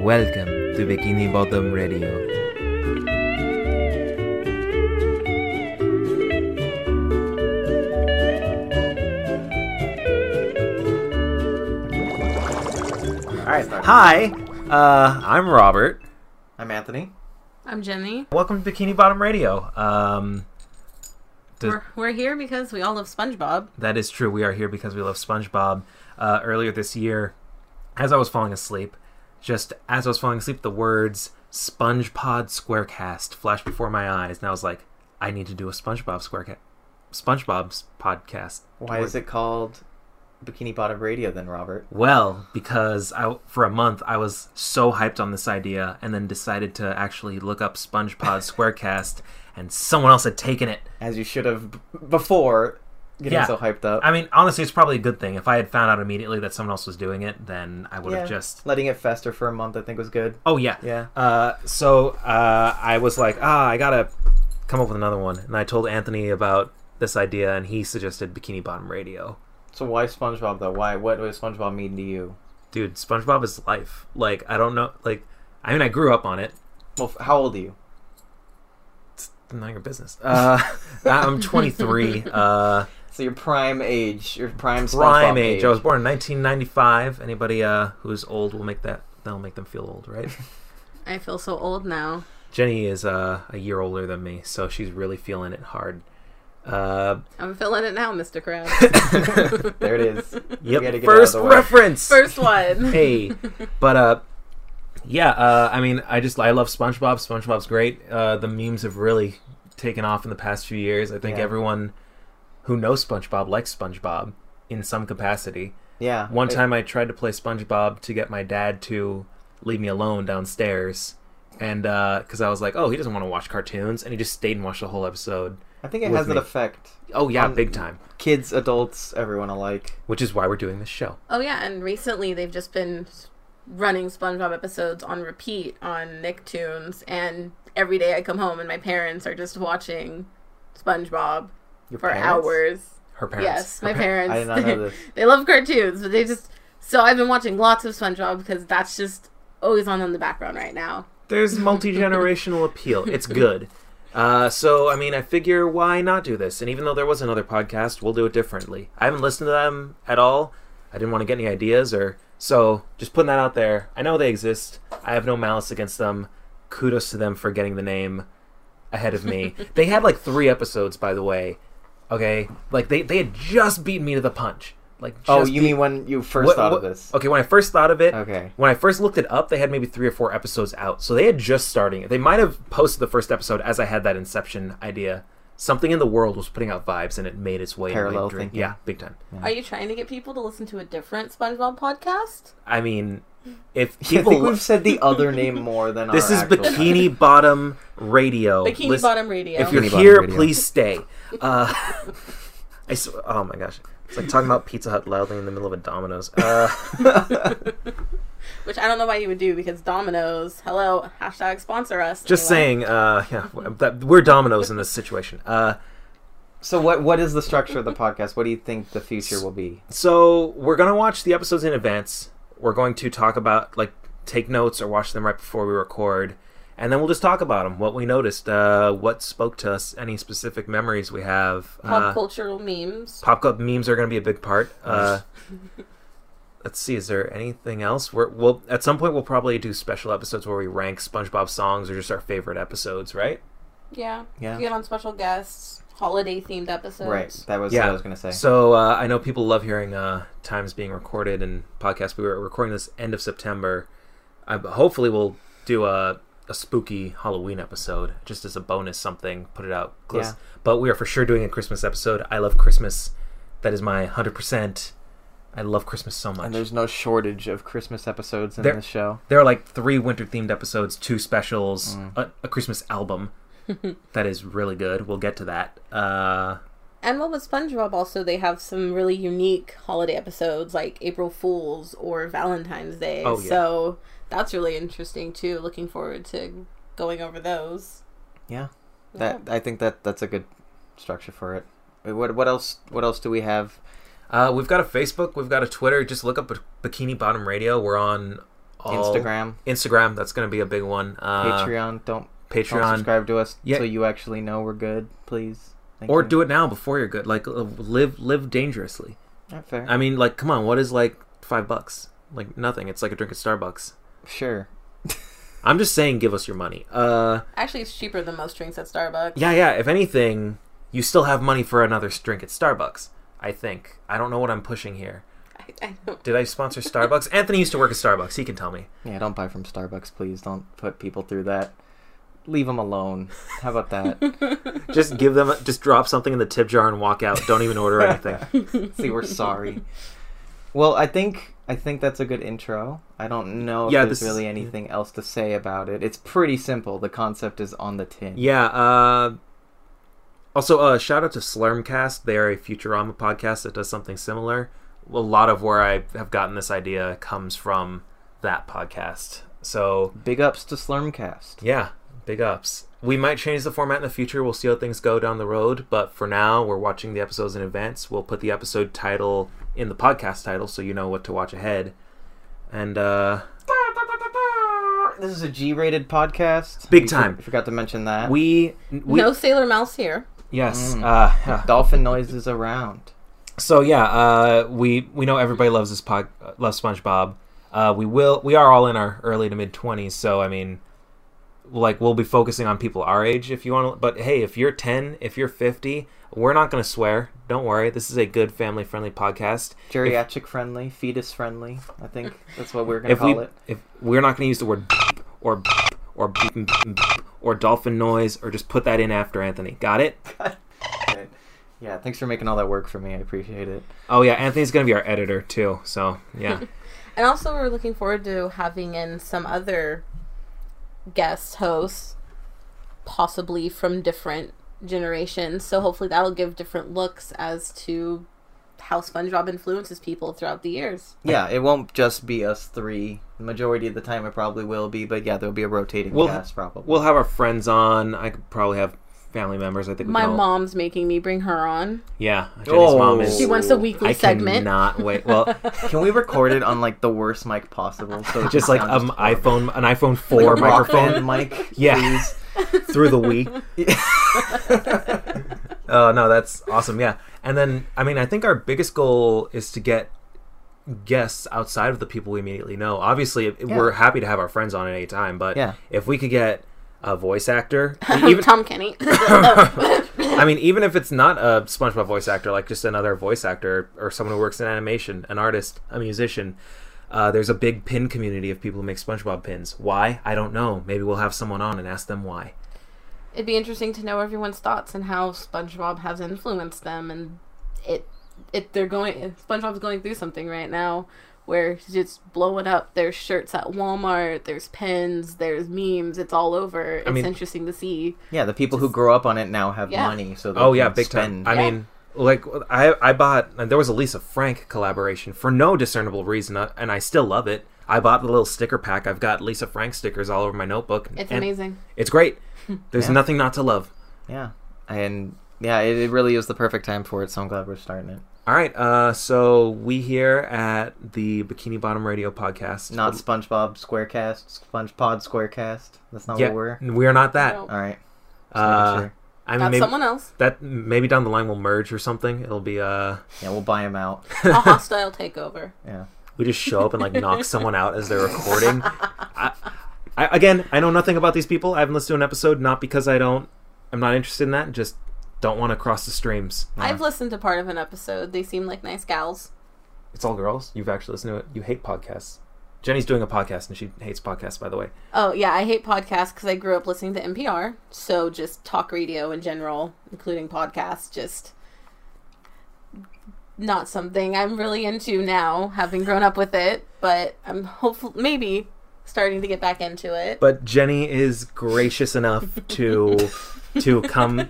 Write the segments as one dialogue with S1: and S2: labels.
S1: Welcome to Bikini Bottom Radio.
S2: All right.
S1: Hi, uh, I'm Robert.
S2: I'm Anthony.
S3: I'm Jenny.
S1: Welcome to Bikini Bottom Radio. Um, Does-
S3: We're, we're here because we all love SpongeBob.
S1: that is true. We are here because we love SpongeBob. Uh, earlier this year, as I was falling asleep, just as I was falling asleep, the words SpongePod SquareCast flashed before my eyes, and I was like, I need to do a SpongeBob SquareCast, SpongeBob's podcast.
S2: Why is it called Bikini Bottom Radio then, Robert?
S1: Well, because I for a month I was so hyped on this idea, and then decided to actually look up SpongeBob SquareCast, and someone else had taken it.
S2: As you should have b- before getting
S1: Yeah.
S2: so hyped up.
S1: I mean, honestly, it's probably a good thing. If I had found out immediately that someone else was doing it, then I would
S2: Yeah.
S1: have just.
S2: Letting it fester for a month, I think, was good.
S1: Oh yeah.
S2: Yeah.
S1: Uh, so uh, I was like, ah, I gotta come up with another one, and I told Anthony about this idea, and he suggested Bikini Bottom Radio.
S2: So why SpongeBob though? Why? What does SpongeBob mean to you?
S1: Dude, SpongeBob is life. Like, I don't know. Like, I mean, I grew up on it.
S2: Well, f- how old are you?
S1: None of your business. Uh, I'm 23. Uh,
S2: So your prime age, your
S1: prime
S2: prime SpongeBob
S1: age. oh. I was born in 1995. Anybody uh, who's old will make that. That'll make them feel old, right?
S3: I feel so old now.
S1: Jenny is uh, a year older than me, so she's really feeling it hard. Uh,
S3: I'm feeling it now, Mr. Krabs.
S2: there it is.
S1: yep,
S2: gotta get it out of
S1: first
S2: the way.
S1: reference.
S3: First one.
S1: Hey, but uh, yeah. Uh, I mean, I just I love SpongeBob. SpongeBob's great. Uh, the memes have really taken off in the past few years. I think
S2: Yeah.
S1: everyone who knows SpongeBob likes SpongeBob in some capacity.
S2: Yeah.
S1: One
S2: It-
S1: time I tried to play SpongeBob to get my dad to leave me alone downstairs. And because I was like, oh, he doesn't want to watch cartoons. And he just stayed and watched the whole episode.
S2: I think it
S1: with
S2: has an
S1: me.
S2: effect.
S1: Oh, yeah,
S2: Um,
S1: big time.
S2: Kids, adults, everyone alike.
S1: Which is why we're doing this show.
S3: Oh, yeah, and recently they've just been running SpongeBob episodes on repeat on Nicktoons, and every day I come home and my parents are just watching SpongeBob
S2: Your
S3: for
S2: parents?
S3: hours.
S1: Her parents.
S3: Yes,
S1: Her
S3: my
S1: pa-
S3: parents.
S2: I did not know this.
S3: they love cartoons, but they just. So I've been watching lots of SpongeBob because that's just always on in the background right now.
S1: There's multi generational appeal. It's good. Uh, so, I mean, I figure why not do this? And even though there was another podcast, we'll do it differently. I haven't listened to them at all. I didn't want to get any ideas or. So, just putting that out there. I know they exist. I have no malice against them. Kudos to them for getting the name ahead of me. they had like three episodes, by the way. Okay? Like, they, they had just beaten me to the punch. Like, just
S2: Oh, you
S1: beat-
S2: mean when you first
S1: What-
S2: thought
S1: what- Oh,
S2: of this?
S1: Okay, when I first thought of it,
S2: Okay.
S1: when I first looked it up, they had maybe three or four episodes out. So they had just starting it. They might have posted the first episode as I had that Inception idea. Something in the world was putting out vibes, and it made its way. into my
S2: Parallel
S1: dream.
S2: thinking.
S1: Yeah, big time.
S3: Are you trying to get people to listen to a different SpongeBob podcast?
S1: I mean, if
S2: I think
S1: people,
S2: we've said the other name more than
S1: this
S2: our
S1: is
S2: actual name.
S1: Bikini Bottom Radio.
S3: Bikini
S1: Listen-
S3: Bottom Radio.
S1: If you're
S2: Bikini Bottom
S1: here,
S2: Radio.
S1: please stay. Uh, I sw- oh my gosh, it's like talking about Pizza Hut loudly in the middle of a Domino's. Uh,
S3: Which I don't know why you would do because Domino's, hello, hashtag sponsor us.
S1: just
S3: anyway.
S1: saying, uh, yeah, that, we're Domino's in this situation. Uh,
S2: So what what is the structure of the podcast? What do you think the future will be?
S1: So we're gonna watch the episodes in advance. We're going to talk about like take notes or watch them right before we record, and then we'll just talk about them. What we noticed, uh, what spoke to us, any specific memories we have.
S3: Pop
S1: uh,
S3: cultural memes.
S1: pop up memes are gonna be a big part. Uh, let's see, is there anything else? We're, we'll at some point we'll probably do special episodes where we rank SpongeBob songs or just our favorite episodes, right?
S3: Yeah.
S2: Yeah.
S3: You get on special guests, holiday themed episodes.
S2: Right. That was what I was gonna say.
S1: So uh, I know people love hearing uh, times being recorded and podcasts. We were recording this end of September. I, hopefully, we'll do a, a spooky Halloween episode just as a bonus something. Put it out. Close.
S2: Yeah.
S1: But we are for sure doing a Christmas episode. I love Christmas. That is my hundred percent. I love Christmas so much.
S2: and there's no shortage of Christmas episodes in
S1: There-
S2: this show.
S1: There are like three winter themed episodes, two specials,
S2: Mm.
S1: a, a Christmas album. that is really good. We'll get to that. Uh,
S3: And what with SpongeBob also they have some really unique holiday episodes like April Fools or Valentine's Day.
S1: Oh, yeah.
S3: So that's really interesting too. Looking forward to going over those.
S2: Yeah. That I think that that's a good structure for it. Uh, What what else what else do we have?
S1: Uh, we've got a Facebook, we've got a Twitter. Just look up Bik- Bikini Bottom Radio. We're on all
S2: Instagram,
S1: Instagram. That's going to be a big one. Uh,
S2: Patreon. Don't, don't
S1: Patreon.
S2: subscribe to us
S1: Yeah.
S2: so you actually know we're good, please. Thank
S1: or
S2: you.
S1: do it now before you're good. Like uh, live live dangerously.
S2: Not fair.
S1: I mean, like come on, what is like five bucks? Like nothing. It's like a drink at Starbucks.
S2: sure.
S1: I'm just saying, give us your money. Uh,
S3: Actually, it's cheaper than most drinks at Starbucks.
S1: yeah, yeah. If anything, you still have money for another drink at Starbucks. I think. I don't know what I'm pushing here.
S3: I, I don't.
S1: Did I sponsor Starbucks? Anthony used to work at Starbucks. He can tell me.
S2: Yeah, don't buy from Starbucks, please. Don't put people through that. Leave them alone. How about that?
S1: Just give them, just drop something in the tip jar and walk out. Don't even order anything.
S2: See, we're sorry. Well, I think I think that's a good intro. I don't know if
S1: Yeah,
S2: there's
S1: this is-
S2: really anything else to say about it. It's pretty simple. The concept is on the tin.
S1: Yeah. Uh, also, uh, shout out to Slurmcast. They are a Futurama podcast that does something similar. A lot of where I have gotten this idea comes from that podcast. So
S2: Big ups to Slurmcast.
S1: yeah, big ups. We might change the format in the future. We'll see how things go down the road. But for now, we're watching the episodes in advance. We'll put the episode title in the podcast title so you know what to watch ahead. And uh,
S2: This is a G-rated podcast.
S1: Big
S2: We for-
S1: time.
S2: forgot to mention that.
S1: we we
S3: No Sailor Mouse here.
S1: yes.
S2: Mm.
S1: Uh, huh.
S2: dolphin noises around.
S1: So yeah, uh, we we know everybody loves this pod, uh, loves SpongeBob. Uh, we will we are all in our early to mid twenties, so I mean, like we'll be focusing on people our age if you want. to But hey, if you're ten, if you're fifty, we're not going to swear. Don't worry, this is a good family friendly podcast.
S2: Geriatric friendly, fetus friendly. I think that's what we're gonna
S1: If
S2: call
S1: we
S2: it.
S1: if we're not going to use the word beep or beep or beep or dolphin noise or just put that in after Anthony. Got it?
S2: Yeah, thanks for making all that work for me. I appreciate it.
S1: Oh yeah, Anthony's going to be our editor too. So yeah.
S3: And also, we're looking forward to having in some other guest hosts, possibly from different generations. So, hopefully, that'll give different looks as to how SpongeBob influences people throughout the years.
S2: Yeah, it won't just be us three. The majority of the time, it probably will be, but yeah, there'll be a rotating
S1: We'll-
S2: cast probably.
S1: We'll have our friends on. I could probably have family members. I think we
S3: My
S1: can all-
S3: mom's making me bring her on.
S1: Yeah, Jenny's
S2: Oh.
S1: mom is.
S3: She wants a weekly
S1: I
S3: segment.
S1: cannot wait. Well,
S2: Can we record it on like the worst mic possible? So it
S1: just like
S2: sounds
S1: um,
S2: horrible?
S1: iPhone, an iPhone
S2: Like
S1: four
S2: a rock band
S1: microphone
S2: mic.
S1: Yeah. through the Wii. Oh no, that's awesome. Yeah, and then I mean, I think our biggest goal is to get guests outside of the people we immediately know. Obviously, if-
S2: Yeah.
S1: we're happy to have our friends on at any time, but
S2: Yeah.
S1: if we could get a voice actor, even
S3: Tom Kenny.
S1: I mean, even if it's not a SpongeBob voice actor, like just another voice actor or someone who works in animation, an artist, a musician, uh, there's a big pin community of people who make SpongeBob pins. Why? I don't know. Maybe we'll have someone on and ask them why.
S3: It'd be interesting to know everyone's thoughts and how SpongeBob has influenced them, and it it they're going if SpongeBob's going through something right now where he's just blowing up. There's shirts at Walmart, there's pins, there's memes. It's all over. It's
S1: mean-
S3: interesting to see.
S2: Yeah, the people who grow up on it now have
S3: Yeah.
S2: money, so they
S1: Oh yeah,
S2: can
S1: big
S2: spend.
S1: time. I
S3: Yeah.
S1: mean, like I I bought and there was a Lisa Frank collaboration for no discernible reason, uh, and I still love it. I bought the little sticker pack. I've got Lisa Frank stickers all over my notebook.
S3: It's
S1: and
S3: amazing.
S1: It's great. There's
S2: Yeah.
S1: nothing not to love.
S2: Yeah, and yeah, it, it really is the perfect time for it. So I'm glad we're starting it.
S1: All right, uh, so we here at the Bikini Bottom Radio podcast.
S2: Not SpongeBob SquareCast, SpongePod SquareCast. That's not
S1: yeah,
S2: what we're.
S1: we're not that.
S3: No.
S2: All right. Just making
S1: Uh,
S2: sure.
S1: I mean,
S3: Not
S1: maybe
S3: someone else.
S1: that maybe down the line we'll merge or something. It'll be uh,
S2: Yeah, we'll buy him out.
S3: A hostile takeover.
S2: Yeah.
S1: we just show up and like knock someone out as they're recording. I, I, again, I know nothing about these people. I haven't listened to an episode, not because I don't, I'm not interested in that. Just don't want to cross the streams.
S3: I've listened to part of an episode. They seem like nice gals.
S1: It's all girls. You've actually listened to it. You hate podcasts. Jenny's doing a podcast and she hates podcasts, by the way.
S3: Oh yeah, I hate podcasts because I grew up listening to NPR. So just talk radio in general, including podcasts, just not something I'm really into now, having grown up with it. But I'm hopeful, maybe starting to get back into it.
S1: but Jenny is gracious enough to to come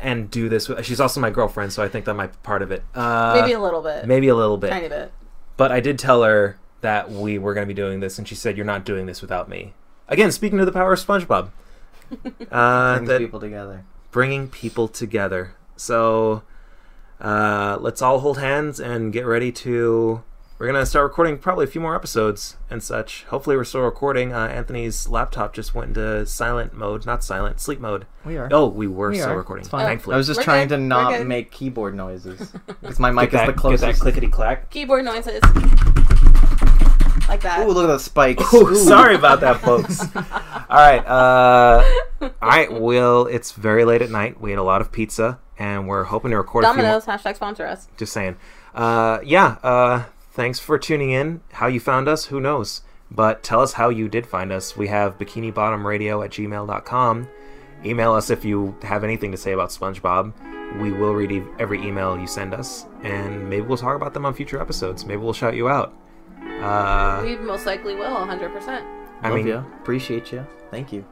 S1: and do this. She's also my girlfriend, so I think that might be part of it. Uh,
S3: maybe a little bit,
S1: maybe a little bit.
S3: tiny bit.
S1: But I did tell her that we were going to be doing this, and she said, "You're not doing this without me." Again, speaking to the power of SpongeBob, uh,
S2: Brings
S1: that
S2: people together.
S1: bringing people together. So uh, let's all hold hands and get ready to We're gonna start recording probably a few more episodes and such. Hopefully, we're still recording. Uh, Anthony's laptop just went into silent mode, not silent, sleep mode.
S2: We are.
S1: Oh, we were
S2: We
S1: still
S2: are.
S1: recording.
S2: It's fine.
S1: Thankfully,
S2: I was just
S3: We're
S2: trying
S3: good.
S2: to
S3: We're
S2: not
S3: good.
S2: make keyboard noises because my mic
S1: Get
S2: is
S1: that-
S2: the
S1: get that
S2: closest.
S1: clickety clack.
S3: Keyboard noises. Like that.
S2: Ooh, look at those spikes.
S1: Oh,
S2: Ooh.
S1: sorry about that, folks. All right. Uh, all right. Well, it's very late at night. We ate a lot of pizza, and we're hoping to record. A few more,
S3: Domino's, hashtag sponsor us.
S1: just saying. Uh, yeah. Uh, thanks for tuning in. How you found us? Who knows? But tell us how you did find us. We have bikinibottomradio at gmail.com. Email us if you have anything to say about SpongeBob. We will read e- every email you send us, and maybe we'll talk about them on future episodes. Maybe we'll shout you out. Uh,
S3: We most likely will, 100%.
S1: I
S2: Love
S1: mean,
S2: ya. Appreciate you. Thank you.